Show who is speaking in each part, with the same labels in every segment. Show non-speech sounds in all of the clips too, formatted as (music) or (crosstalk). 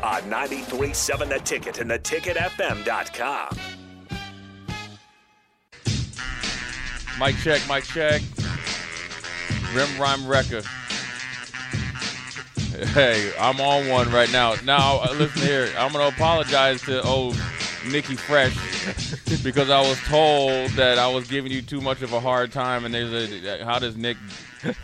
Speaker 1: on 93.7 The Ticket and theticketfm.com.
Speaker 2: Mike check, Mike check. Rim rhyme wrecker. Hey, I'm on one right now. Now uh, listen here, I'm gonna apologize to old Nikki Fresh because I was told that I was giving you too much of a hard time. And there's a how does Nick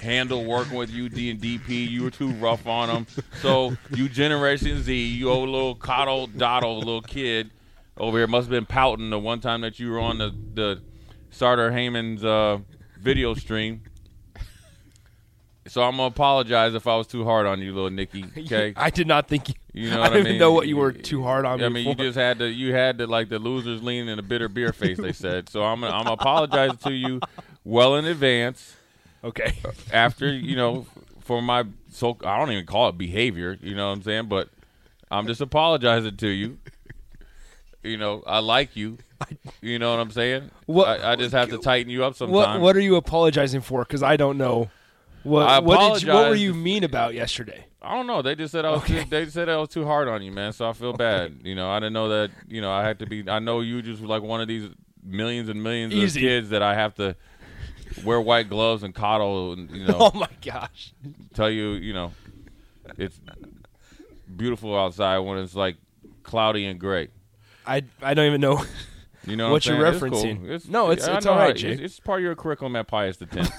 Speaker 2: handle working with you, D and DP? You were too rough on him. So you Generation Z, you old little coddle doddle little kid over here must have been pouting the one time that you were on the the Sardar Heyman's uh, video stream. So I'm gonna apologize if I was too hard on you, little
Speaker 3: (laughs)
Speaker 2: Nikky. Okay,
Speaker 3: I did not think you.
Speaker 2: You know
Speaker 3: I
Speaker 2: what
Speaker 3: don't
Speaker 2: I
Speaker 3: even
Speaker 2: mean?
Speaker 3: know what you were too hard on
Speaker 2: I
Speaker 3: me
Speaker 2: mean, you
Speaker 3: for.
Speaker 2: just had to, you had to like the losers lean and a bitter beer face. They said so. I'm, I'm apologizing to you well in advance
Speaker 3: okay.
Speaker 2: after you know for my so I don't even call it behavior. You know what I'm saying? But I'm just apologizing to you. You know, I like
Speaker 3: (laughs)
Speaker 2: you. You know what I'm saying?
Speaker 3: What-
Speaker 2: I, I just have
Speaker 3: (laughs)
Speaker 2: to tighten you up sometimes.
Speaker 3: What What are you apologizing for? Because I don't know. What
Speaker 2: I
Speaker 3: what, did you, what were
Speaker 2: apologize
Speaker 3: you mean about yesterday?
Speaker 2: I don't know. They just said I was. Too, they said I was too hard on you, man. So I feel bad. You know, I didn't know that. You know, I had to be. I know you just were like one of these millions and millions
Speaker 3: Easy.
Speaker 2: of kids that I have to wear white gloves and coddle and you know
Speaker 3: Oh my gosh!
Speaker 2: tell you you know it's beautiful outside when it's like cloudy and gray.
Speaker 3: I I don't even know. (laughs)
Speaker 2: You know
Speaker 3: What
Speaker 2: I'm
Speaker 3: you're
Speaker 2: saying?
Speaker 3: referencing.
Speaker 2: It's cool. it's,
Speaker 3: No, it's-
Speaker 2: I
Speaker 3: it's
Speaker 2: know
Speaker 3: all
Speaker 2: how
Speaker 3: right,
Speaker 2: it-
Speaker 3: Jake.
Speaker 2: It's, it's part of your curriculum at Pius the
Speaker 3: (laughs)
Speaker 2: Tenth.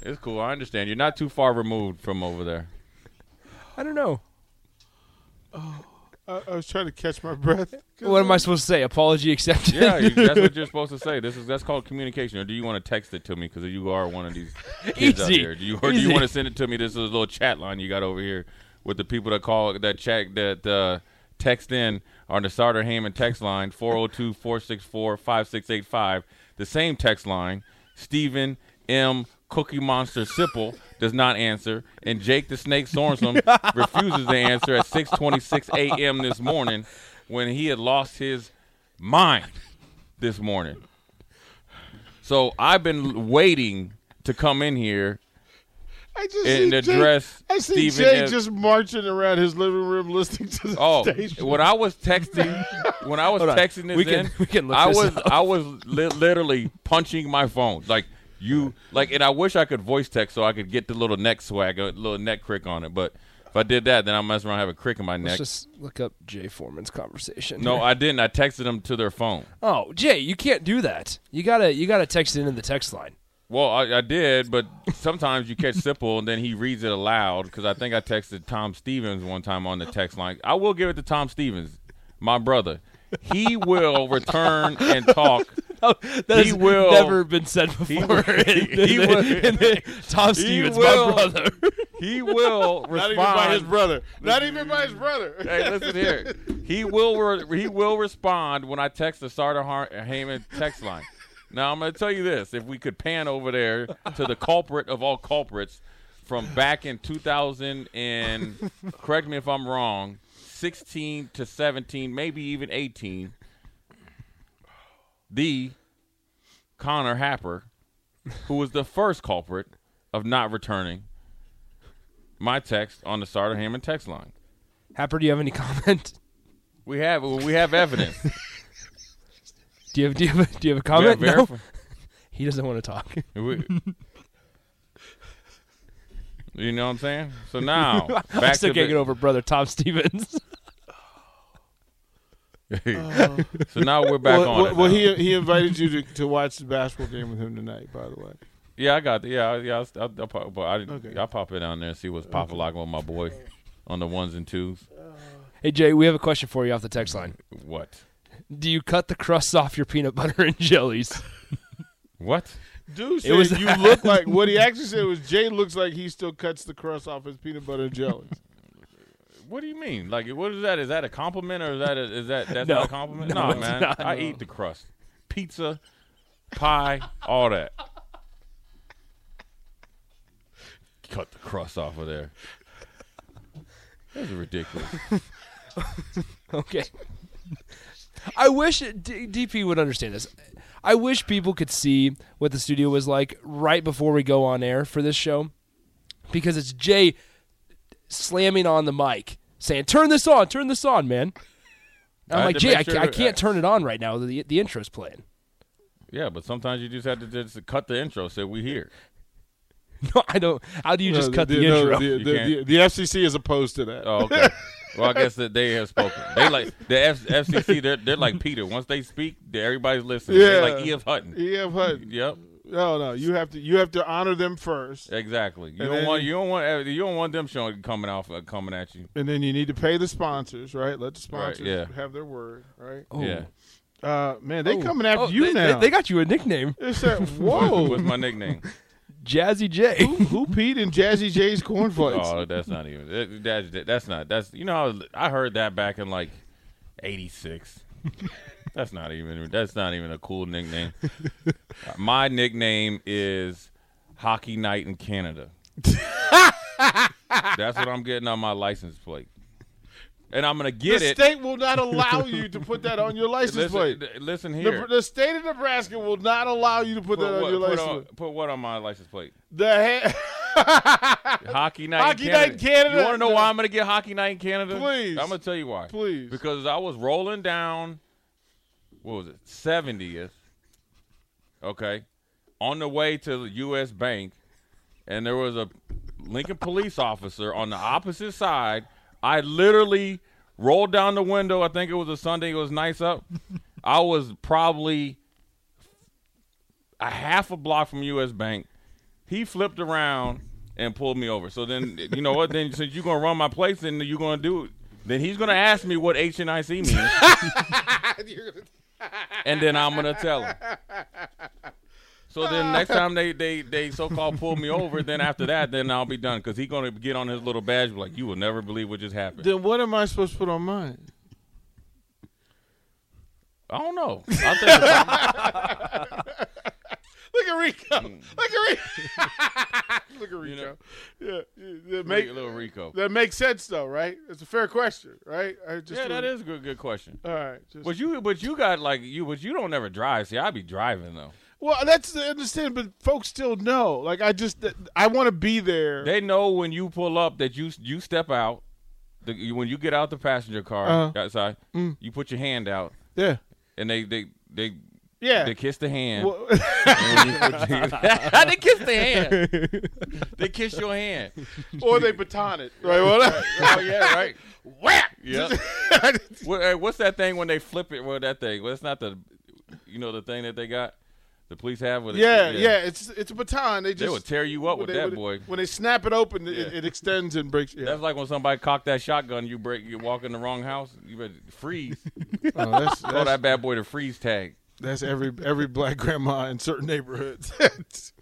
Speaker 2: it's cool. I understand. You're not too far removed from over there.
Speaker 3: I don't know.
Speaker 4: Oh, I, I was trying to catch my breath.
Speaker 3: What am I supposed to say? Apology (laughs) accepted.
Speaker 2: Yeah, you, that's what you're supposed to say. This is that's called communication. Or do you want to text it to me because you are one of these kids out
Speaker 3: Easy.
Speaker 2: here? Do you, or do
Speaker 3: Easy.
Speaker 2: you want to send it to me? This is a little chat line you got over here with the people that call that chat that uh, text in on the starter Heyman text line 402-464-5685. The same text line. Stephen M. Cookie Monster Sipple does not answer, and Jake the Snake
Speaker 3: (laughs)
Speaker 2: Sorensen refuses to answer at 6:26 a.m. this morning when he had lost his mind this morning. So I've been waiting to come in here.
Speaker 4: I just
Speaker 2: And
Speaker 4: see
Speaker 2: the
Speaker 4: Jay-
Speaker 2: dress,
Speaker 4: I see
Speaker 2: Stephen
Speaker 4: Jay
Speaker 2: has-
Speaker 4: just marching around his living room listening to the
Speaker 2: Oh,
Speaker 4: station.
Speaker 2: when I was texting, when I was
Speaker 3: Hold on.
Speaker 2: texting this
Speaker 3: We can-
Speaker 2: in,
Speaker 3: we can look
Speaker 2: I
Speaker 3: this
Speaker 2: was
Speaker 3: up.
Speaker 2: I was li- literally punching my phone like you like, and I wish I could voice text so I could get the little neck swag, a little neck crick on it. But if I did that, then I mess around and have a crick in my
Speaker 3: Let's
Speaker 2: neck.
Speaker 3: just look up Jay Foreman's conversation.
Speaker 2: no, I didn't. I texted them to their phone.
Speaker 3: Oh, Jay, you can't do that. You gotta you gotta text it in the text line.
Speaker 2: Well, I, I did, but sometimes you catch Sipple and then he reads it aloud because I think I texted Tom Stevens one time on the text line. I will give it to Tom Stevens, my brother. He will return and talk.
Speaker 3: That
Speaker 2: He
Speaker 3: has
Speaker 2: will-
Speaker 3: never been said before. (laughs)
Speaker 2: will-
Speaker 3: in the-
Speaker 2: he will-
Speaker 3: in the- Tom Stevens,
Speaker 2: will-
Speaker 3: my brother.
Speaker 2: He will respond.
Speaker 4: (laughs) Not even by his brother. Not even by his brother.
Speaker 2: Hey, listen here. He will re- he will respond when I text the Sardar Har- Heyman text line. Now I'm going to tell you this: if we could pan over there to the culprit of all culprits from back in 2000 and correct me if I'm wrong, 16 to 17, maybe even 18, the Connor Happer, who was the first culprit of not returning my text on the Sardar Heyman text line.
Speaker 3: (laughs) Happer, do you have any comment?
Speaker 2: We have we have
Speaker 3: (laughs)
Speaker 2: evidence.
Speaker 3: Do you have do you have, do you have a comment?
Speaker 2: We have
Speaker 3: no,
Speaker 2: verif-
Speaker 3: he doesn't want to (laughs) talk.
Speaker 2: we- you know what I'm saying?
Speaker 3: (laughs)
Speaker 2: So now
Speaker 3: I
Speaker 2: back
Speaker 3: still
Speaker 2: to
Speaker 3: can't
Speaker 2: the,
Speaker 3: get over brother Tom Stevens.
Speaker 2: (laughs) So now we're back
Speaker 4: well,
Speaker 2: on
Speaker 4: well,
Speaker 2: it.
Speaker 4: well,
Speaker 2: now.
Speaker 4: he he invited you to, to watch the basketball game with him tonight. By the way,
Speaker 2: yeah, I got the, yeah I- yeah. I'll, I'll, I'll, pop- but I,
Speaker 4: Okay.
Speaker 2: I'll pop it down there and see what's popping like with my boy on the ones and twos.
Speaker 3: Hey Jay, we have a question for you off the text line.
Speaker 2: What?
Speaker 3: Do you cut the crusts off your peanut butter and jellies?
Speaker 2: What?
Speaker 4: dude said
Speaker 3: It was-
Speaker 4: you (laughs) look like what he actually said was Jay looks like he still cuts the crust off his peanut butter and jelly.
Speaker 2: What do you mean? Like, what is that? Is that a compliment or is that a, is that that's
Speaker 3: (laughs) No.
Speaker 2: not a compliment?
Speaker 3: No,
Speaker 2: Nah,
Speaker 3: it's
Speaker 2: man.
Speaker 3: not.
Speaker 2: I eat the crust, pizza, pie, all that. Cut the crust off of there. That's ridiculous.
Speaker 3: Okay. I wish D- DP would understand this. I wish people could see what the studio was like right before we go on air for this show because it's Jay slamming on the mic saying, Turn this on, turn this on, man. And
Speaker 2: I
Speaker 3: I'm
Speaker 2: had
Speaker 3: like,
Speaker 2: to
Speaker 3: Jay,
Speaker 2: make
Speaker 3: I, ca-
Speaker 2: sure-
Speaker 3: I can't turn it on right now. The, the intro's playing. (laughs)
Speaker 2: yeah, but sometimes you just have to just cut the intro. Say we here.
Speaker 3: No, I don't. How do you just
Speaker 4: No,
Speaker 3: cut the,
Speaker 4: no,
Speaker 3: intro?
Speaker 4: The,
Speaker 2: You
Speaker 4: the-
Speaker 2: can't.
Speaker 4: the- the FCC is opposed to that.
Speaker 2: Oh, okay. well, I guess that they have spoken. They like the F- FCC. They're they're like Peter. Once they speak, everybody's listening. They
Speaker 4: Yeah.
Speaker 2: like E.F. Hutton.
Speaker 4: Yeah, but
Speaker 2: Yep.
Speaker 4: no, no, you have to you have to honor them first,
Speaker 2: Exactly. You
Speaker 4: And
Speaker 2: don't
Speaker 4: then-
Speaker 2: want you don't want you don't want them showing coming off uh, coming at you.
Speaker 4: and then you need to pay the sponsors, right? Let the sponsors
Speaker 2: yeah.
Speaker 4: have their word, right?
Speaker 2: Yeah.
Speaker 4: Uh, man, they
Speaker 3: Oh.
Speaker 4: coming after
Speaker 3: Oh,
Speaker 4: you
Speaker 3: they,
Speaker 4: now.
Speaker 3: They, they got you a nickname,
Speaker 4: it's that
Speaker 2: Whoa.
Speaker 4: whoa.
Speaker 2: What's my
Speaker 4: (laughs)
Speaker 2: nickname?
Speaker 3: Jazzy J.
Speaker 4: who, who peed in Jazzy J's cornflakes?
Speaker 2: oh, that's not even. That, that- that's not. That's you know. I heard that back in like
Speaker 4: (laughs)
Speaker 2: '86. that's not even. That's not even a cool nickname. my nickname is Hockey Night in
Speaker 4: (laughs)
Speaker 2: Canada. that's what I'm getting on my license plate, and I'm gonna
Speaker 4: the
Speaker 2: get it.
Speaker 4: state will not allow you to put that on
Speaker 2: (laughs)
Speaker 4: your license
Speaker 2: Listen,
Speaker 4: plate.
Speaker 2: listen
Speaker 4: The,
Speaker 2: here.
Speaker 4: the state of Nebraska will not allow you to put, that
Speaker 2: put,
Speaker 4: on
Speaker 2: what,
Speaker 4: your
Speaker 2: put
Speaker 4: license
Speaker 2: on-
Speaker 4: plate.
Speaker 2: put what on my license plate?
Speaker 4: The
Speaker 2: (laughs) Hockey night.
Speaker 4: Hockey
Speaker 2: in Canada.
Speaker 4: night in Canada?
Speaker 2: You want to know
Speaker 4: No.
Speaker 2: why I'm gonna get hockey night in Canada?
Speaker 4: Please.
Speaker 2: I'm gonna tell you why.
Speaker 4: Please.
Speaker 2: Because I was rolling down. What was it? Seventieth. Okay. On the way to the U.S. Bank, and there was a Lincoln police officer on the opposite side. I literally rolled down the window. I think it was a Sunday. It was nice
Speaker 4: (laughs)
Speaker 2: up. I was probably a half a block from U.S. Bank. He flipped around and pulled me over. So then, you know what? Then since you're gonna run my place, then you're gonna do it. Then he's gonna ask me what H and I C means,
Speaker 4: (laughs)
Speaker 2: (laughs) and then I'm gonna tell him. So then, next time they they they so called pull me over, then after that, then I'll be done because he's gonna get on his little badge like you will never believe what just happened.
Speaker 4: then what am I supposed to put on mine?
Speaker 2: I don't know. I think it's something-
Speaker 4: Look at
Speaker 2: Hmm.
Speaker 4: Rico. Look at Rico.
Speaker 2: (laughs)
Speaker 4: Look at Rico. yeah, yeah, that make
Speaker 2: little Rico.
Speaker 4: that makes sense though, right? It's a fair question, right? I just
Speaker 2: Yeah, that is a good good question.
Speaker 4: All right. Just,
Speaker 2: But you but you got like you but you don't ever drive. See, I be driving though.
Speaker 4: well, that's the understand, but folks still know. Like I just, I want to be there.
Speaker 2: They know when you pull up that you you step out. The, you- when you get out the passenger car
Speaker 4: Uh-huh.
Speaker 2: outside, you put your hand out,
Speaker 4: yeah,
Speaker 2: and they they they,
Speaker 4: yeah.
Speaker 2: they kiss the hand. (laughs)
Speaker 4: Well, uh-huh.
Speaker 2: they kiss the hand.
Speaker 4: (laughs)
Speaker 2: they kiss your hand.
Speaker 4: (laughs) or they baton it, right? (laughs) Well,
Speaker 2: Oh yeah, right. Whack. (laughs) Yeah.
Speaker 4: (laughs)
Speaker 2: what, hey, what's that thing when they flip it? What that thing? Well, it's not the, you know, the thing that they got. The police have with it.
Speaker 4: yeah, yeah. It's it's a baton. They just
Speaker 2: They would tear you up
Speaker 4: when
Speaker 2: with
Speaker 4: they-
Speaker 2: that
Speaker 4: when
Speaker 2: boy.
Speaker 4: it- When they snap it open, it,
Speaker 2: Yeah.
Speaker 4: it extends and breaks. Yeah.
Speaker 2: That's like when somebody cocked that shotgun, you break, you walk in the wrong house, you better
Speaker 4: (laughs)
Speaker 2: freeze.
Speaker 4: Oh, that's,
Speaker 2: Call
Speaker 4: that's,
Speaker 2: that bad boy the freeze tag.
Speaker 4: that's every every black grandma in certain neighborhoods.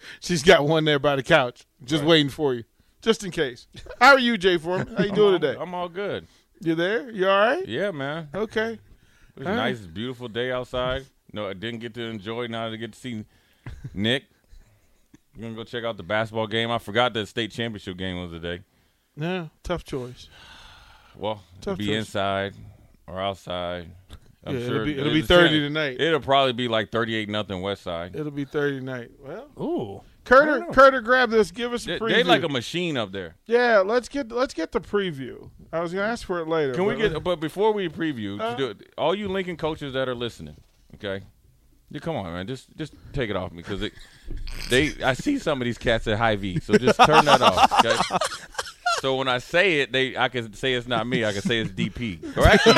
Speaker 4: (laughs) She's got one there by the couch, just waiting for you, just in case. How are you, Jay Foreman? How you
Speaker 2: I'm
Speaker 4: doing
Speaker 2: all-
Speaker 4: today?
Speaker 2: I'm all good.
Speaker 4: You there? You all right?
Speaker 2: Yeah, man. It
Speaker 4: Okay.
Speaker 2: was a
Speaker 4: All right.
Speaker 2: nice, beautiful day outside. No, I didn't get to enjoy. Now I get to see Nick. We're gonna go check out the basketball game. I forgot the state championship game was today.
Speaker 4: No, tough choice.
Speaker 2: Well, it'll
Speaker 4: Tough
Speaker 2: be
Speaker 4: choice.
Speaker 2: inside or outside. I'm
Speaker 4: Yeah,
Speaker 2: sure
Speaker 4: it'll be- it'll
Speaker 2: it's
Speaker 4: be
Speaker 2: the
Speaker 4: 30
Speaker 2: same.
Speaker 4: tonight.
Speaker 2: It'll probably be like 38 nothing West Side.
Speaker 4: It'll be Thursday night. Well,
Speaker 3: Ooh.
Speaker 4: Carter, Carter, grab this. Give us a
Speaker 2: They,
Speaker 4: preview.
Speaker 2: they like a machine up there.
Speaker 4: yeah, let's get let's get the preview. I was gonna ask for it later.
Speaker 2: Can we
Speaker 4: but
Speaker 2: get?
Speaker 4: let's-
Speaker 2: But before we preview, to do it, all you Lincoln coaches that are listening, okay? Yeah, come on, man. Just just take it off me because they I see some of these cats at high V, so just turn that off. Okay? So when I say it, they I can say it's not me. I can say it's DP. Or actually,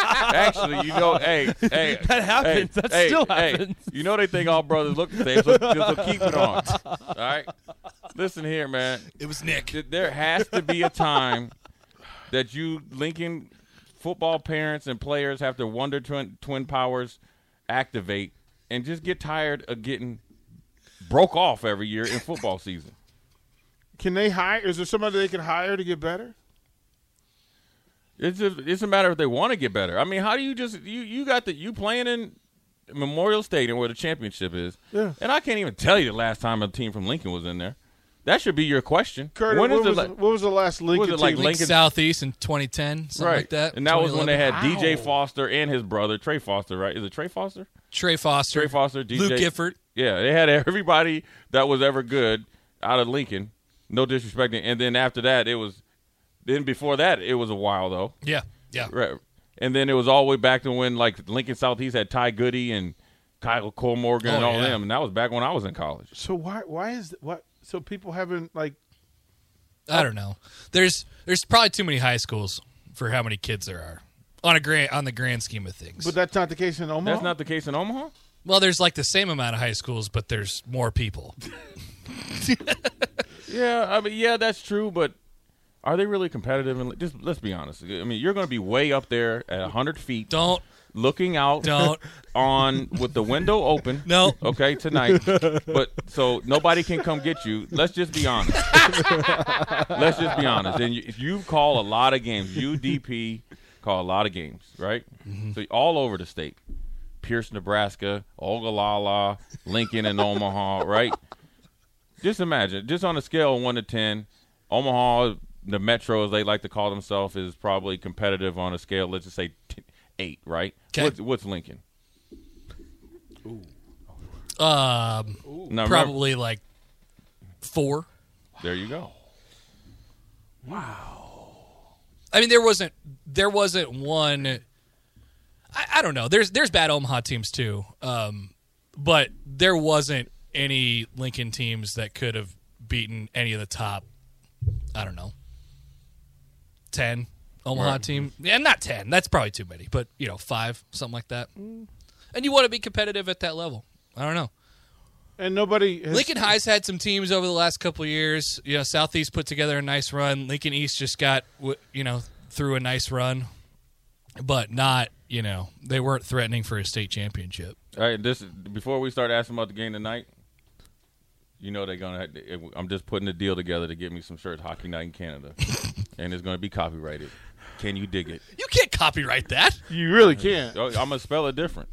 Speaker 2: actually, you know, hey, hey,
Speaker 3: (laughs) That happens.
Speaker 2: hey,
Speaker 3: That
Speaker 2: hey,
Speaker 3: still
Speaker 2: hey,
Speaker 3: happens.
Speaker 2: you know, they think all brothers look the same, so, so keep it on. All right, listen here, man.
Speaker 5: It was Nick.
Speaker 2: Th- there has to be a time that you Lincoln football parents and players have to wonder twin, twin powers activate and just get tired of getting broke off every year in football season.
Speaker 4: Can they hire? Is there somebody they can hire to get better?
Speaker 2: It's just, it's a matter if they want to get better. I mean, how do you just you you got the you playing in Memorial Stadium where the championship is?
Speaker 4: Yeah.
Speaker 2: And I can't even tell you the last time a team from Lincoln was in there. That should be your question.
Speaker 4: Curtis,
Speaker 2: when is
Speaker 4: what,
Speaker 2: the
Speaker 4: was,
Speaker 2: la-
Speaker 4: what was the last Lincoln
Speaker 2: it like
Speaker 4: team?
Speaker 2: Lincoln-
Speaker 5: Southeast in 2010, something
Speaker 2: right?
Speaker 5: like that.
Speaker 2: and that was when they
Speaker 5: 2011.
Speaker 2: had DJ Foster and his brother Trey Foster. Right? Is it Trey Foster?
Speaker 5: Trey Foster,
Speaker 2: Trey Foster, DJ
Speaker 5: Luke Gifford.
Speaker 2: Yeah, they had everybody that was ever good out of Lincoln. No disrespecting. And then after that, it was. Then before that, it was a while though.
Speaker 5: Yeah, yeah.
Speaker 2: Right. And then it was all the way back to when like Lincoln Southeast had Ty Goody and Kyle Cole Morgan and
Speaker 5: Oh,
Speaker 2: all
Speaker 5: yeah.
Speaker 2: them, and that was back when I was in college.
Speaker 4: So why why is th- what? So people haven't like
Speaker 5: I don't know. There's there's probably too many high schools for how many kids there are on a grand on the grand scheme of things.
Speaker 4: But that's not the case in Omaha.
Speaker 2: That's not the case in Omaha.
Speaker 5: well, there's like the same amount of high schools, but there's more people.
Speaker 2: Yeah, I mean, yeah, that's true, but are they really competitive? And just let's be honest. I mean, you're going to be way up there at hundred feet,
Speaker 5: Don't
Speaker 2: looking out,
Speaker 5: Don't.
Speaker 2: (laughs) on with the window open.
Speaker 5: No.
Speaker 2: okay, tonight. But so nobody can come get you. Let's just be
Speaker 5: (laughs)
Speaker 2: honest. Let's just be honest. And you, you call a lot of games. UDP call a lot of games, right?
Speaker 5: Mm-hmm.
Speaker 2: So all over the state, Pierce, Nebraska, Ogallala, Lincoln, and Omaha, right? Just imagine, just on a scale of one to ten, Omaha, the Metro, as they like to call themselves, is probably competitive on a scale. Let's just say t- eight, right?
Speaker 5: 'Kay.
Speaker 2: What's, what's Lincoln?
Speaker 5: um,
Speaker 2: Now, remember-
Speaker 5: probably like four.
Speaker 2: there you go.
Speaker 5: I mean, there wasn't there wasn't one. I, I don't know. There's there's bad Omaha teams too, um, but there wasn't any Lincoln teams that could have beaten any of the top. I don't know, ten Omaha team, yeah, not ten. That's probably too many, but you know, five something like that. And you want to be competitive at that level. I don't know.
Speaker 4: and nobody. Has,
Speaker 5: Lincoln High's had some teams over the last couple of years. You know, Southeast put together a nice run. Lincoln East just got w- you know through a nice run, but not you know they weren't threatening for a state championship.
Speaker 2: All right, this before we start asking about the game tonight, you know they're gonna. I'm just putting a deal together to get me some shirts. Hockey night in (laughs) Canada, and it's gonna be copyrighted. Can you (laughs) dig it?
Speaker 5: You can't copyright that.
Speaker 4: you really can't.
Speaker 2: Oh, I'm gonna spell it different.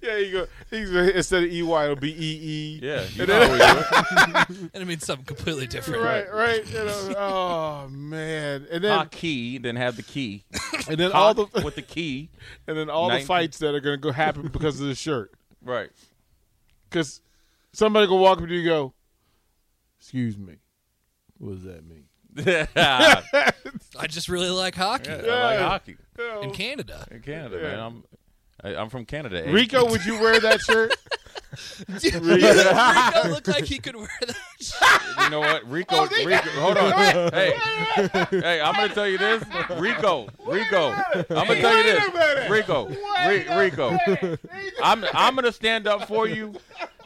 Speaker 4: Yeah, you go. He's, instead of E Y, it'll be E E.
Speaker 2: (laughs) Yeah, you know how we do it.
Speaker 5: And it means something completely different.
Speaker 4: Right, right. You know, oh man, and then
Speaker 2: (laughs) Hockey, then have the (laughs) key.
Speaker 4: and then all
Speaker 2: Hock
Speaker 4: the
Speaker 2: (laughs) with the key.
Speaker 4: (laughs) and then all
Speaker 2: Nine-
Speaker 4: the fights that are gonna go happen because of the shirt.
Speaker 2: Right.
Speaker 4: Because somebody gonna walk up to you and go, "Excuse me, what does that mean?"
Speaker 2: (laughs) I
Speaker 5: I just really like hockey
Speaker 2: like hockey
Speaker 5: in Canada.
Speaker 2: in Canada, man. I'm I, I'm from Canada. eh?
Speaker 4: Rico, would you wear that shirt?
Speaker 5: Rico looked like he could wear
Speaker 4: (laughs)
Speaker 5: that.
Speaker 2: (laughs) You know what, Rico? Rico hold on. Hey, hey, I'm gonna tell you this, Rico. Rico, I'm gonna tell you this, Rico. Ri- Rico, (laughs) I'm I'm gonna stand up for you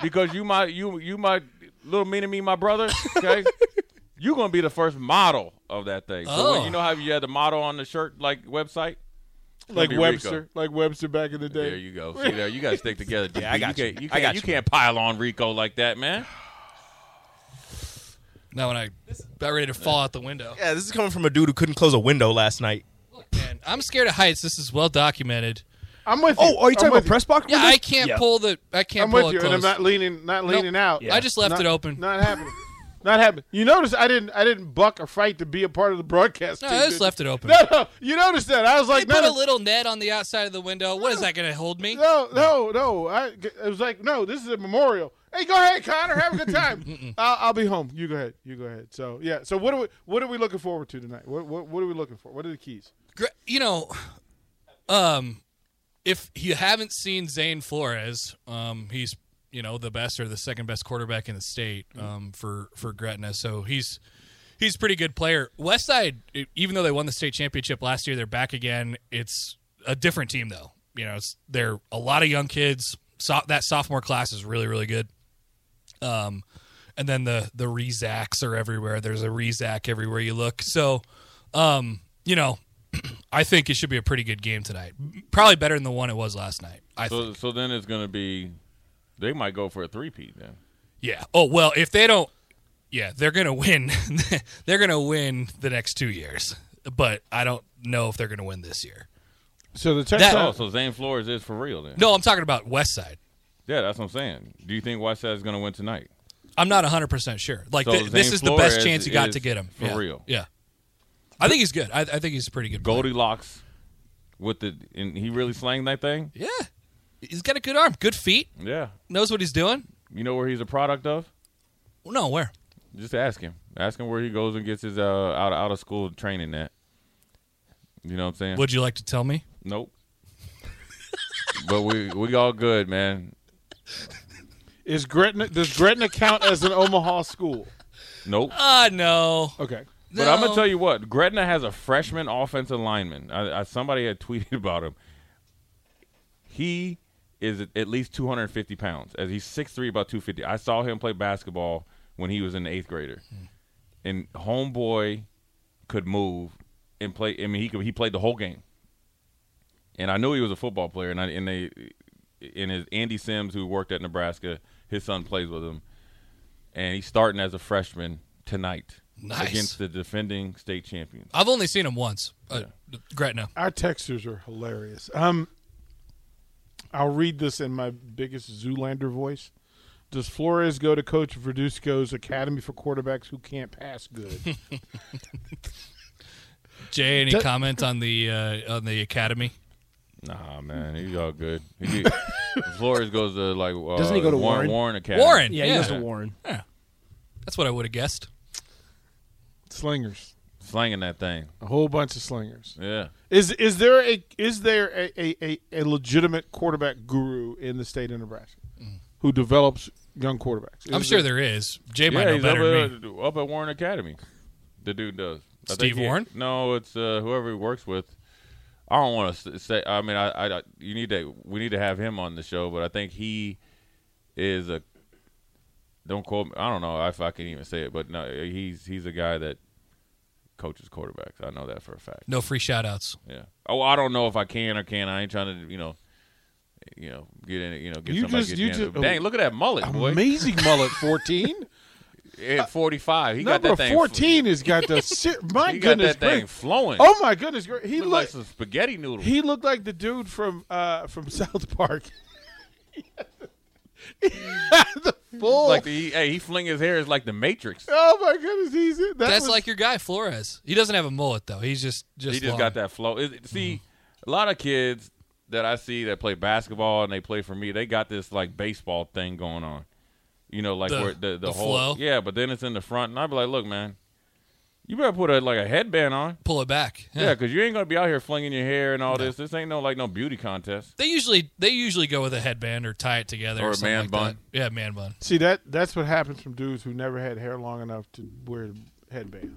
Speaker 2: because you my you you my little mean to me, my brother. Okay, you gonna be the first model of that thing. So when-
Speaker 5: Oh.
Speaker 2: you know how you had the model on the shirt like website.
Speaker 4: like
Speaker 2: be Rico.
Speaker 4: Webster, like Webster back in the day.
Speaker 2: There you go. See there, you gotta stick together. Yeah,
Speaker 6: I got
Speaker 2: you.
Speaker 6: you.
Speaker 2: Can't, you
Speaker 6: I
Speaker 2: can't,
Speaker 6: got
Speaker 2: you
Speaker 6: you.
Speaker 2: can't pile on Rico like that, man.
Speaker 5: Now when I about ready to fall out the window.
Speaker 6: Yeah, this is coming from a dude who couldn't close a window last night.
Speaker 5: Man, I'm scared of heights. This is well documented.
Speaker 4: I'm with you.
Speaker 6: Oh, are you
Speaker 4: I'm
Speaker 6: talking
Speaker 4: with
Speaker 6: about press box?
Speaker 5: Yeah,
Speaker 6: window?
Speaker 5: I can't
Speaker 6: Yeah.
Speaker 5: pull the. I can't
Speaker 4: I'm
Speaker 5: pull
Speaker 4: with
Speaker 5: it
Speaker 4: you,
Speaker 5: close.
Speaker 4: and I'm not leaning, not leaning out.
Speaker 5: I just left
Speaker 4: Not-
Speaker 5: it open.
Speaker 4: Not happening. not happening. You notice I didn't, I didn't buck or fight to be a part of the broadcast.
Speaker 5: No,
Speaker 4: team,
Speaker 5: I just
Speaker 4: did
Speaker 5: left it open.
Speaker 4: you? No, no, you noticed that? I was
Speaker 5: they
Speaker 4: like, no,
Speaker 5: put a
Speaker 4: no,
Speaker 5: little net on the outside of the window. What is that going to hold me?
Speaker 4: no, no, no. I, it was like, no, this is a memorial. Hey, go ahead, Connor. Have a good
Speaker 5: (laughs)
Speaker 4: time. I'll, I'll be home. You go ahead. You go ahead. So yeah. So what are we, what are we looking forward to tonight? What, what, what are we looking for? What are the keys?
Speaker 5: Gr- You know, um, if you haven't seen Zane Flores, um, he's you know the best or the second best quarterback in the state um, for for Gretna. So he's he's a pretty good player. Westside, e- even though they won the state championship last year, they're back again. It's a different team though. You know, it's, they're a lot of young kids. So, that sophomore class is really really good. Um, and then the the Rezacs are everywhere. There's a Rezac everywhere you look. So, um, you know, (clears throat) I think it should be a pretty good game tonight. Probably better than the one it was last night. I think.
Speaker 2: So so then it's gonna be. They might go for a three-peat then.
Speaker 5: Yeah. Oh well, if they don't, yeah, they're gonna win. (laughs) they're gonna win the next two years, but I don't know if they're gonna win this year.
Speaker 4: So the (laughs)
Speaker 5: That-
Speaker 2: Oh,
Speaker 4: Texans.
Speaker 2: so Zane Flores is for real then?
Speaker 5: No, I'm talking about West Side.
Speaker 2: Yeah, that's what I'm saying. Do you think Whiteside is going to win tonight?
Speaker 5: I'm not 100 percent sure. Like
Speaker 2: So
Speaker 5: th- this
Speaker 2: Zane
Speaker 5: is the best
Speaker 2: Flores
Speaker 5: chance you got
Speaker 2: is
Speaker 5: to get him
Speaker 2: for
Speaker 5: yeah.
Speaker 2: real.
Speaker 5: Yeah, I think he's good. I, I think he's a pretty good. player.
Speaker 2: Goldilocks with the and he really slang that thing.
Speaker 5: Yeah, he's got a good arm, good feet,
Speaker 2: Yeah,
Speaker 5: knows what he's doing.
Speaker 2: you know where he's a product of.
Speaker 5: No, where?
Speaker 2: Just ask him. Ask him where he goes and gets his uh out out of school training at. You know what I'm saying?
Speaker 5: Would you like to tell me?
Speaker 2: nope. (laughs) but we we all good, man.
Speaker 4: Is Gretna, does Gretna count as an Omaha school?
Speaker 2: Nope.
Speaker 5: Ah, no.
Speaker 4: Okay.
Speaker 2: But I'm
Speaker 5: No.
Speaker 2: gonna tell you what, Gretna has a freshman offensive lineman. I, I, somebody had tweeted (laughs) about him. He is at- at least 250 pounds. As he's 6'3", about 250. I saw him play basketball when he was an eighth grader, and homeboy could move and play. I mean, he could, he played the whole game. And I knew he was a football player, and I, and they and his Andy Sims, who worked at Nebraska, his son plays with him, and he's starting as a freshman tonight
Speaker 5: Nice.
Speaker 2: against the defending state champions.
Speaker 5: I've only seen him once. Uh, Gretna.
Speaker 4: Our texters are hilarious. Um, I'll read this in my biggest Zoolander voice. Does Flores go to Coach Verduzco's Academy for quarterbacks who can't pass good?
Speaker 2: (laughs)
Speaker 5: Jay, any comment on the uh, on the academy?
Speaker 2: Nah, man, he's all good.
Speaker 3: (laughs)
Speaker 2: He get- Flores goes to like uh,
Speaker 3: Doesn't he go to
Speaker 2: Warren?
Speaker 3: Warren?
Speaker 2: Warren Academy.
Speaker 5: Warren.
Speaker 3: Yeah, he
Speaker 5: Yeah.
Speaker 3: goes to Warren.
Speaker 5: That's what I would have guessed.
Speaker 4: slingers,
Speaker 2: slanging that thing.
Speaker 4: a whole bunch of slingers.
Speaker 2: Yeah,
Speaker 4: Is is there a is there a, a, a, a legitimate quarterback guru in the state of Nebraska
Speaker 2: Mm.
Speaker 4: who develops young quarterbacks? Is
Speaker 5: I'm sure there is. Jay might
Speaker 2: yeah,
Speaker 5: know
Speaker 2: he's up
Speaker 5: better than me.
Speaker 2: at, up at Warren Academy. The dude does. I
Speaker 5: Steve
Speaker 2: he-
Speaker 5: Warren?
Speaker 2: No, it's uh, whoever he works with. I don't want to say. I mean, I, I, I- you need to. We need to have him on the show, but I think he is a. Don't quote me. I don't know if I can even say it, but no, he's he's a guy that coaches quarterbacks. I know that for a fact.
Speaker 5: No free shout outs.
Speaker 2: Yeah. Oh, I don't know if I can or can't. I ain't trying to, you know, you know, get in, you know, get
Speaker 4: You
Speaker 2: somebody
Speaker 4: just-
Speaker 2: get
Speaker 4: you
Speaker 2: in.
Speaker 4: just-
Speaker 2: Dang, look at that mullet, boy.
Speaker 4: Amazing mullet
Speaker 2: (laughs)
Speaker 4: fourteen.
Speaker 2: At 45, he got
Speaker 4: Number
Speaker 2: that thing.
Speaker 4: fourteen has got
Speaker 2: (laughs)
Speaker 4: the si- my
Speaker 2: He got
Speaker 4: goodness
Speaker 2: that thing
Speaker 4: gracious.
Speaker 2: flowing.
Speaker 4: Oh my goodness gra- He
Speaker 2: he looked
Speaker 4: looked
Speaker 2: like some spaghetti noodles.
Speaker 4: He looked like the dude from uh, from (laughs) South Park. He had the full.
Speaker 2: like the, he, hey, he fling his hair is like the Matrix.
Speaker 4: (laughs) oh my goodness, he's that
Speaker 5: That's
Speaker 4: was-
Speaker 5: like your guy Flores. He doesn't have a mullet though. He's just just. Mm-hmm.
Speaker 2: he just
Speaker 5: long.
Speaker 2: got that flow. It, it- see, a lot of kids that I see that play basketball and they play for me, they got this like baseball thing going on. You know, like
Speaker 5: The-
Speaker 2: where the the,
Speaker 5: the
Speaker 2: whole
Speaker 5: flow?
Speaker 2: yeah, but then it's in the front, and I'd be like, look, man, you better put a like a headband on.
Speaker 5: Pull it back.
Speaker 2: Yeah, because you ain't gonna be out here flinging your hair and all this. This ain't no like no beauty contest.
Speaker 5: They usually they usually go with a headband or tie it together
Speaker 2: Or a
Speaker 5: something
Speaker 2: man
Speaker 5: like
Speaker 2: bun.
Speaker 5: that. Yeah, man bun.
Speaker 4: See that that's what happens from dudes who never had hair long enough to wear a headband.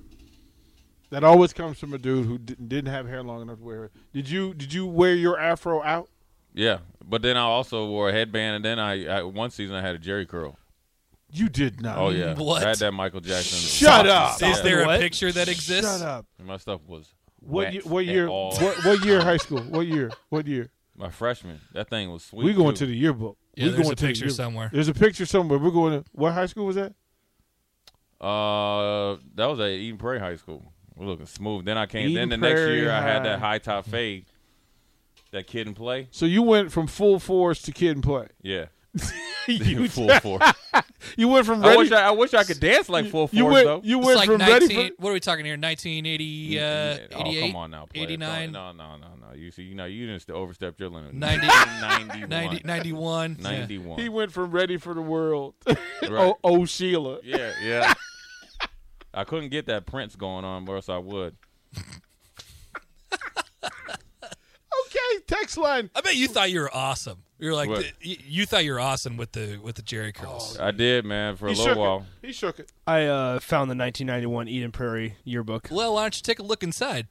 Speaker 4: That always comes from a dude who didn't, didn't have hair long enough to wear. it. Did you did you wear your afro out?
Speaker 2: Yeah, but then I also wore a headband, and then I, I one season I had a Jerry curl.
Speaker 4: You did not.
Speaker 2: Oh yeah,
Speaker 5: What?
Speaker 2: I had that Michael Jackson.
Speaker 4: Mm, Shut up.
Speaker 2: Yeah.
Speaker 5: Is there a
Speaker 3: What?
Speaker 5: picture that exists?
Speaker 4: Ah, Shut up.
Speaker 2: And my stuff was
Speaker 4: What
Speaker 2: wet
Speaker 4: year, what
Speaker 2: at
Speaker 4: year?
Speaker 2: all.
Speaker 4: What, what year? High school? What year? What year?
Speaker 2: My freshman, that thing was sweet.
Speaker 4: We going
Speaker 2: too.
Speaker 4: to the yearbook.
Speaker 5: Yeah,
Speaker 4: we
Speaker 5: there's
Speaker 4: going
Speaker 5: a
Speaker 4: to the
Speaker 5: picture
Speaker 4: yearbook.
Speaker 5: somewhere.
Speaker 4: There's a picture somewhere. We're going to what high school was that?
Speaker 2: Uh, that was at Eden Prairie High School. We're looking smooth. Then I came.
Speaker 4: Eden
Speaker 2: then the next
Speaker 4: Prairie
Speaker 2: year, I had
Speaker 4: High.
Speaker 2: that high top fade. That kid and play.
Speaker 4: So you went from full force to kid and play.
Speaker 2: Yeah,
Speaker 4: (laughs)
Speaker 2: (laughs)
Speaker 4: you,
Speaker 2: full
Speaker 4: (laughs)
Speaker 2: four.
Speaker 4: you went from
Speaker 2: I
Speaker 4: ready.
Speaker 2: wish I, I wish I could dance like full
Speaker 4: you
Speaker 2: force
Speaker 4: went.
Speaker 2: though.
Speaker 4: You
Speaker 5: It's
Speaker 4: went
Speaker 5: like
Speaker 4: from
Speaker 5: 19,
Speaker 4: ready. For,
Speaker 5: What are we talking here? 1980, uh,
Speaker 2: Yeah, oh,
Speaker 5: 88,
Speaker 2: come on now, player. Don't-
Speaker 5: 89,
Speaker 2: No, no, no, no. You see, you know, you didn't overstep your limit. (laughs)
Speaker 5: 90,
Speaker 2: 91.
Speaker 5: 90, 91. yeah.
Speaker 2: 91.
Speaker 4: he went from ready for the
Speaker 5: (laughs)
Speaker 4: world.
Speaker 2: Right.
Speaker 4: oh, oh, Sheila.
Speaker 2: Yeah,
Speaker 4: (laughs)
Speaker 2: yeah. I couldn't get that Prince going on, or else I would.
Speaker 4: Okay, text line.
Speaker 5: I bet you thought you were awesome. You're like
Speaker 2: What?
Speaker 5: the, you, you thought you were awesome with the with the Jerry curls.
Speaker 2: I did, man, for a
Speaker 4: He
Speaker 2: little
Speaker 4: shook
Speaker 2: while.
Speaker 4: it. He shook it.
Speaker 3: I uh, found the 1991 Eden Prairie yearbook.
Speaker 5: well, why don't you take a look inside?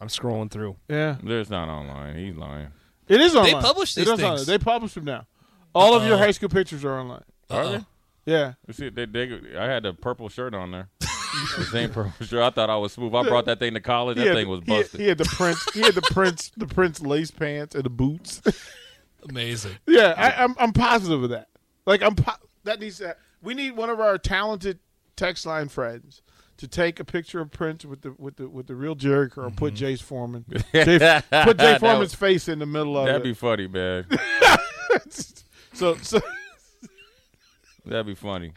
Speaker 3: I'm scrolling through.
Speaker 4: Yeah,
Speaker 2: There's not online. He's lying.
Speaker 4: it is online.
Speaker 5: publish
Speaker 4: It
Speaker 5: these
Speaker 4: is online.
Speaker 5: things. Uh-huh.
Speaker 4: They publish them now. All of your high school pictures are online.
Speaker 5: Uh-oh.
Speaker 4: Yeah.
Speaker 2: You see, they, they, I had the purple shirt on there. the
Speaker 4: (laughs)
Speaker 2: same purple shirt. I thought I was smooth. I brought that thing to college. That
Speaker 4: He had-
Speaker 2: thing was
Speaker 4: he had-
Speaker 2: busted.
Speaker 4: He, had the prince. He had the prince. The prince lace pants and the boots. (laughs)
Speaker 5: Amazing.
Speaker 4: Yeah, I, I'm I'm positive of that. Like I'm po- that needs to. We need one of our talented text line friends to take a picture of Prince with the with the with the real Jerry curl, put
Speaker 2: (laughs)
Speaker 4: Jay's Foreman, Jay, put Jay
Speaker 2: Mm-hmm. That
Speaker 4: Foreman's
Speaker 2: would-
Speaker 4: face in the middle of
Speaker 2: That'd be
Speaker 4: it.
Speaker 2: funny, man.
Speaker 4: So so (laughs)
Speaker 2: That'd be funny.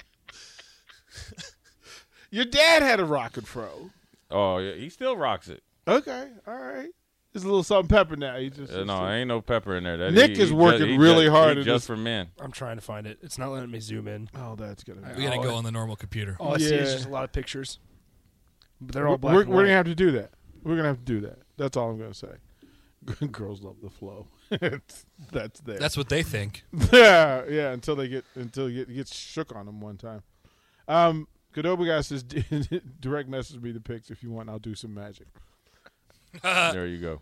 Speaker 4: your dad had a rocket fro.
Speaker 2: Oh, yeah, he still rocks it.
Speaker 4: Okay, all right. There's a little salt and pepper now. You just
Speaker 2: Uh, no, ain't no pepper in there. That,
Speaker 4: Nick
Speaker 2: he-
Speaker 4: is
Speaker 2: he ju-
Speaker 4: working
Speaker 2: he
Speaker 4: really
Speaker 2: ju-
Speaker 4: hard
Speaker 2: he
Speaker 4: at
Speaker 2: just
Speaker 4: this.
Speaker 2: for men.
Speaker 3: I'm trying to find it. It's not letting me zoom in.
Speaker 4: oh, that's gonna. Be
Speaker 5: We gotta go on the normal computer.
Speaker 3: All I see is
Speaker 4: Yeah.
Speaker 3: just a lot of pictures. But they're
Speaker 4: We're,
Speaker 3: all black.
Speaker 4: we're,
Speaker 3: and
Speaker 4: we're
Speaker 3: white.
Speaker 4: gonna have to do that. We're gonna have to do that. That's all I'm gonna say. (laughs) Girls love the flow. (laughs) It's- that's there.
Speaker 5: That's what they think.
Speaker 4: (laughs) yeah, yeah. Until they get until it get, gets shook on them one time. Um, Kadoba guy says, (laughs) "Direct message me the pics if you want. and I'll do some magic.
Speaker 3: Uh,
Speaker 2: there you go.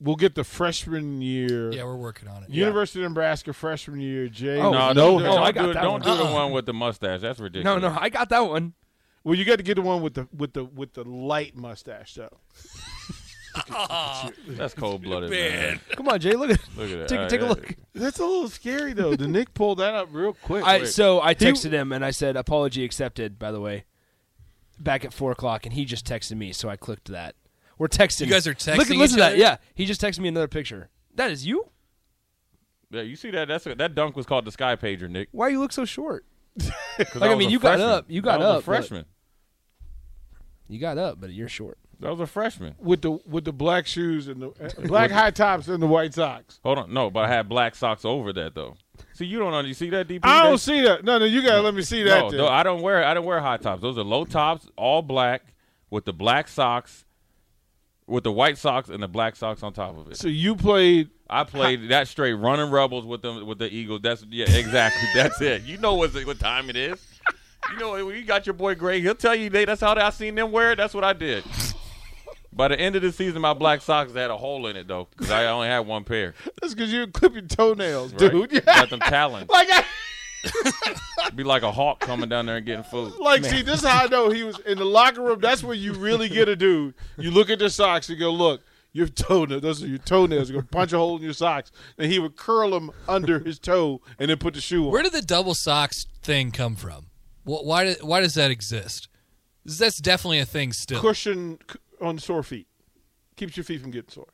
Speaker 4: We'll get the freshman year,
Speaker 5: Yeah, we're working on it.
Speaker 4: University of Nebraska freshman year. Jay,
Speaker 3: Oh,
Speaker 2: No,
Speaker 3: no,
Speaker 2: don't,
Speaker 3: no,
Speaker 2: do- don't
Speaker 3: I got
Speaker 2: do, it-
Speaker 3: that
Speaker 2: don't do
Speaker 3: one. Uh-uh.
Speaker 2: the one with the mustache. That's ridiculous.
Speaker 3: No, no, I got that one.
Speaker 4: well, you got to get the one with the with the with the light mustache though.
Speaker 2: that's cold blooded, man.
Speaker 5: Man.
Speaker 3: Come on, Jay. Look at
Speaker 2: Look
Speaker 3: (laughs)
Speaker 2: at that.
Speaker 3: take, take a
Speaker 2: Uh,
Speaker 3: look.
Speaker 4: That's a little scary though. The Nick pulled that up real quick.
Speaker 3: I, so I texted him and I said apology accepted. By the way, back at four o'clock, and he just texted me, so I clicked that. We're texting.
Speaker 5: You guys are texting
Speaker 3: Look, at- listen
Speaker 5: each
Speaker 3: to
Speaker 5: other?
Speaker 3: that. Yeah, he just texted me another picture. That is you.
Speaker 2: Yeah, you see that? That's a, that dunk was called the Sky Pager, Nick.
Speaker 3: Why you look so short?
Speaker 2: 'cause
Speaker 3: Like, I
Speaker 2: was
Speaker 3: mean,
Speaker 2: a
Speaker 3: you got
Speaker 2: freshman.
Speaker 3: up, you got
Speaker 2: I was
Speaker 3: up,
Speaker 2: A
Speaker 3: but-
Speaker 2: freshman.
Speaker 3: You got up, but you're short.
Speaker 2: That was a freshman.
Speaker 4: with the with the black shoes and the uh, (laughs) black high tops and the white socks.
Speaker 2: Hold on, no, but I had black socks over that though. See, you don't know. You see that DP?
Speaker 4: I
Speaker 2: That-
Speaker 4: don't see that. No, no, you gotta let me see that.
Speaker 2: No,
Speaker 4: then.
Speaker 2: no, I don't wear. I don't wear high tops. Those are low tops, all black, with the black socks, with the white socks and the black socks on top of it.
Speaker 4: so you played
Speaker 2: I played that straight running rebels with them with the Eagles. That's yeah, exactly. (laughs) that's it. You know what what time it is. You know when you got your boy Greg. He'll tell you they, that's how I seen them wear it. That's what I did. By the end of the season, my black socks had a hole in it though, because I only had one pair.
Speaker 4: That's because you didn't clip your toenails,
Speaker 2: Right?
Speaker 4: (laughs) dude. (laughs) Yeah.
Speaker 2: Got them
Speaker 4: (laughs)
Speaker 2: talons.
Speaker 4: Like, I,
Speaker 2: Be like a hawk coming down there and getting food.
Speaker 4: like, see, this is how I know he was in the locker room. That's where you really get a dude. You look at their socks and go, look, your toenail. Those are your toenails. You're gonna punch a hole in your socks, and he would curl them under his toe and then put the shoe on.
Speaker 5: Where did the double socks thing come from? Wh- Why do- why does that exist? 'Cause That's definitely a thing still.
Speaker 4: Cushion c- on sore feet keeps your feet from getting sore.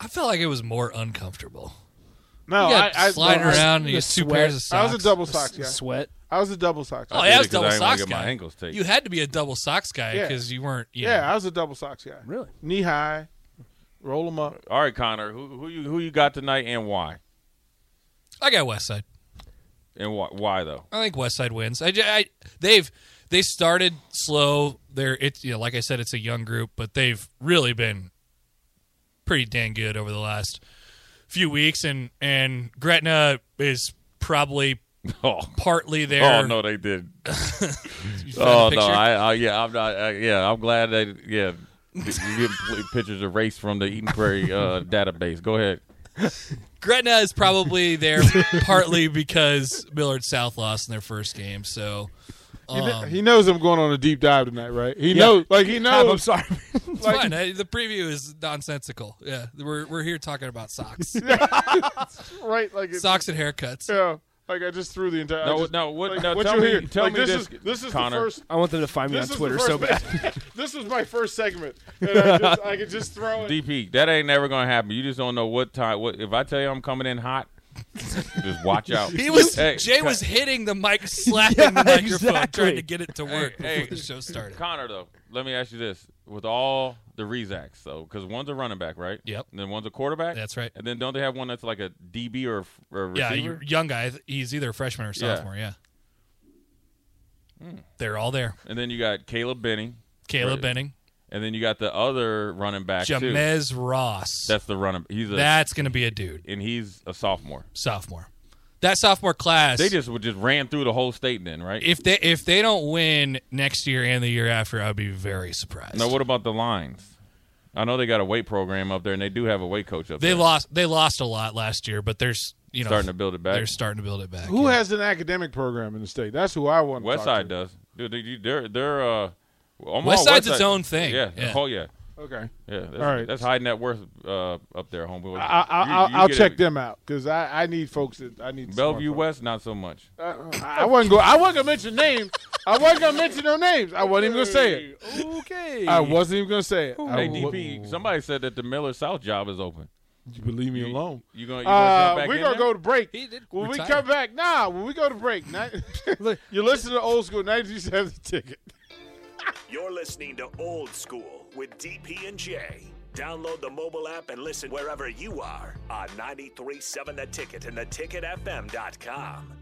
Speaker 5: I felt like it was more uncomfortable.
Speaker 4: No,
Speaker 5: you
Speaker 4: I,
Speaker 5: got
Speaker 4: I,
Speaker 5: sliding
Speaker 4: no, I-
Speaker 5: around and you
Speaker 3: the
Speaker 5: got two
Speaker 3: sweat.
Speaker 5: pairs of
Speaker 4: I
Speaker 5: socks.
Speaker 4: was a double socks guy.
Speaker 3: Sweat.
Speaker 4: I was a double socks.
Speaker 5: Oh
Speaker 4: guy.
Speaker 5: yeah,
Speaker 2: did
Speaker 5: I was
Speaker 2: it 'cause I
Speaker 5: double
Speaker 2: didn't wanna
Speaker 5: socks
Speaker 2: get my
Speaker 5: guy.
Speaker 2: ankles taped.
Speaker 5: You had to be a double socks guy
Speaker 4: Yeah.
Speaker 5: because you weren't. You
Speaker 4: yeah,
Speaker 5: know.
Speaker 4: I was a double socks guy.
Speaker 3: Really?
Speaker 4: knee high, roll them up.
Speaker 2: All right, Connor, who who you who you got tonight and why?
Speaker 5: I got West Side.
Speaker 2: And why, why though?
Speaker 5: I think West Side wins. I, ju- I- they've they started slow. They're it's you know, like I said, it's a young group, but they've really been pretty dang good over the last few weeks. And and Gretna is probably
Speaker 2: Oh,
Speaker 5: partly there.
Speaker 2: oh no, they (laughs) did.
Speaker 5: You found
Speaker 2: Oh
Speaker 5: the
Speaker 2: no,
Speaker 5: picture?
Speaker 2: I, I yeah, I'm not. I, yeah, I'm glad that yeah, (laughs) you get pl- pictures erased from the Eaton Prairie uh, (laughs) database. Go ahead.
Speaker 5: Gretna is probably there (laughs) partly because Millard South lost in their first game. So
Speaker 4: He, kn-
Speaker 5: um,
Speaker 4: he knows I'm going on a deep dive tonight, right? He
Speaker 3: Yeah.
Speaker 4: knows, like he
Speaker 3: Tom, I'm
Speaker 4: knows.
Speaker 3: sorry.
Speaker 5: it's fine. I, the preview is nonsensical. Yeah, we're we're here talking about socks,
Speaker 4: right? Like it's,
Speaker 5: socks and haircuts.
Speaker 4: yeah, like I just threw the entire. I
Speaker 2: No,
Speaker 4: just,
Speaker 2: no, what,
Speaker 4: like,
Speaker 2: no
Speaker 4: what
Speaker 2: tell
Speaker 4: you
Speaker 2: me,
Speaker 4: hear?
Speaker 2: tell
Speaker 4: like,
Speaker 2: me
Speaker 4: this,
Speaker 2: this,
Speaker 4: is this is
Speaker 2: Connor.
Speaker 4: the first.
Speaker 3: I want them to find me
Speaker 4: This
Speaker 3: on
Speaker 4: is
Speaker 3: Twitter
Speaker 4: the
Speaker 3: so bad.
Speaker 4: first, (laughs) this was my first
Speaker 2: (laughs)
Speaker 4: segment, and I, just, I could just throw it.
Speaker 2: DP, that ain't never gonna happen. You just don't know what time. What if I tell you I'm coming in hot? just watch out.
Speaker 4: (laughs)
Speaker 5: He was
Speaker 2: Hey,
Speaker 5: Jay
Speaker 2: Con-
Speaker 5: was hitting
Speaker 2: (laughs)
Speaker 5: the mic, slapping the
Speaker 3: Yeah,
Speaker 5: microphone, trying
Speaker 3: exactly.
Speaker 5: to get it to work
Speaker 2: Hey,
Speaker 5: before
Speaker 2: hey.
Speaker 5: the show started.
Speaker 2: Connor though. Let me ask you this: with all the Rezacs, so because one's a running back, right?
Speaker 5: Yep.
Speaker 2: And then one's a quarterback.
Speaker 5: That's right.
Speaker 2: And then don't they have one that's like a DB or, or a
Speaker 5: Yeah,
Speaker 2: receiver?
Speaker 5: you young guy. th- He's either a freshman or
Speaker 2: Yeah. Hmm.
Speaker 5: sophomore. Yeah, they're all there.
Speaker 2: and then you got Caleb Benning,
Speaker 5: Caleb
Speaker 2: Right.
Speaker 5: Benning,
Speaker 2: and then you got the other running back too.
Speaker 5: Jamez Ross.
Speaker 2: That's the running. He's a
Speaker 5: That's going to be a dude,
Speaker 2: and he's a sophomore.
Speaker 5: sophomore. That sophomore class.
Speaker 2: They just would just ran through the whole state then, right?
Speaker 5: if they if they don't win next year and the year after, I'd be very surprised.
Speaker 2: now, what about the lines? I know they got a weight program up there, and they do have a weight coach up
Speaker 5: they
Speaker 2: there.
Speaker 5: lost they lost a lot last year, but there's you know
Speaker 2: starting to build it back.
Speaker 5: they're starting to build it back.
Speaker 4: Who
Speaker 5: yeah.
Speaker 4: has an academic program in the state? That's who I want. to talk
Speaker 2: Westside
Speaker 4: to.
Speaker 2: does. Dude, they- they're they're uh. Omaha
Speaker 5: Westside's
Speaker 2: Westside-
Speaker 5: its own thing.
Speaker 2: Yeah.
Speaker 5: Yeah.
Speaker 2: Oh yeah.
Speaker 4: Okay.
Speaker 2: Yeah, that's,
Speaker 4: All right.
Speaker 2: that's high net worth uh, up there, homeboy.
Speaker 4: I, I,
Speaker 2: You-
Speaker 4: I'll,
Speaker 2: you
Speaker 4: I'll
Speaker 2: get
Speaker 4: check
Speaker 2: a-
Speaker 4: them out because I, I need folks that I need.
Speaker 2: Bellevue
Speaker 4: smart
Speaker 2: West, not so much.
Speaker 4: folks. I, I wasn't go. I wasn't gonna mention names. I wasn't gonna mention no names. I wasn't even gonna say it.
Speaker 3: Okay.
Speaker 4: I wasn't even gonna say it. I
Speaker 2: Hey,
Speaker 4: wa-
Speaker 2: DP, somebody said that the Miller South job is open.
Speaker 4: you believe me alone.
Speaker 2: You gonna, you gonna jump
Speaker 4: Uh,
Speaker 2: back
Speaker 4: we're
Speaker 2: in
Speaker 4: gonna
Speaker 2: there?
Speaker 4: go to break.
Speaker 5: He did
Speaker 4: when we
Speaker 5: retire.
Speaker 4: come back, nah. When we go to break, night,
Speaker 2: (laughs)
Speaker 4: (laughs) you listen to old school. Ninety seven ticket.
Speaker 1: You're listening to Old School with DP and J. Download the mobile app and listen wherever you are on 937 The Ticket and theticketfm.com.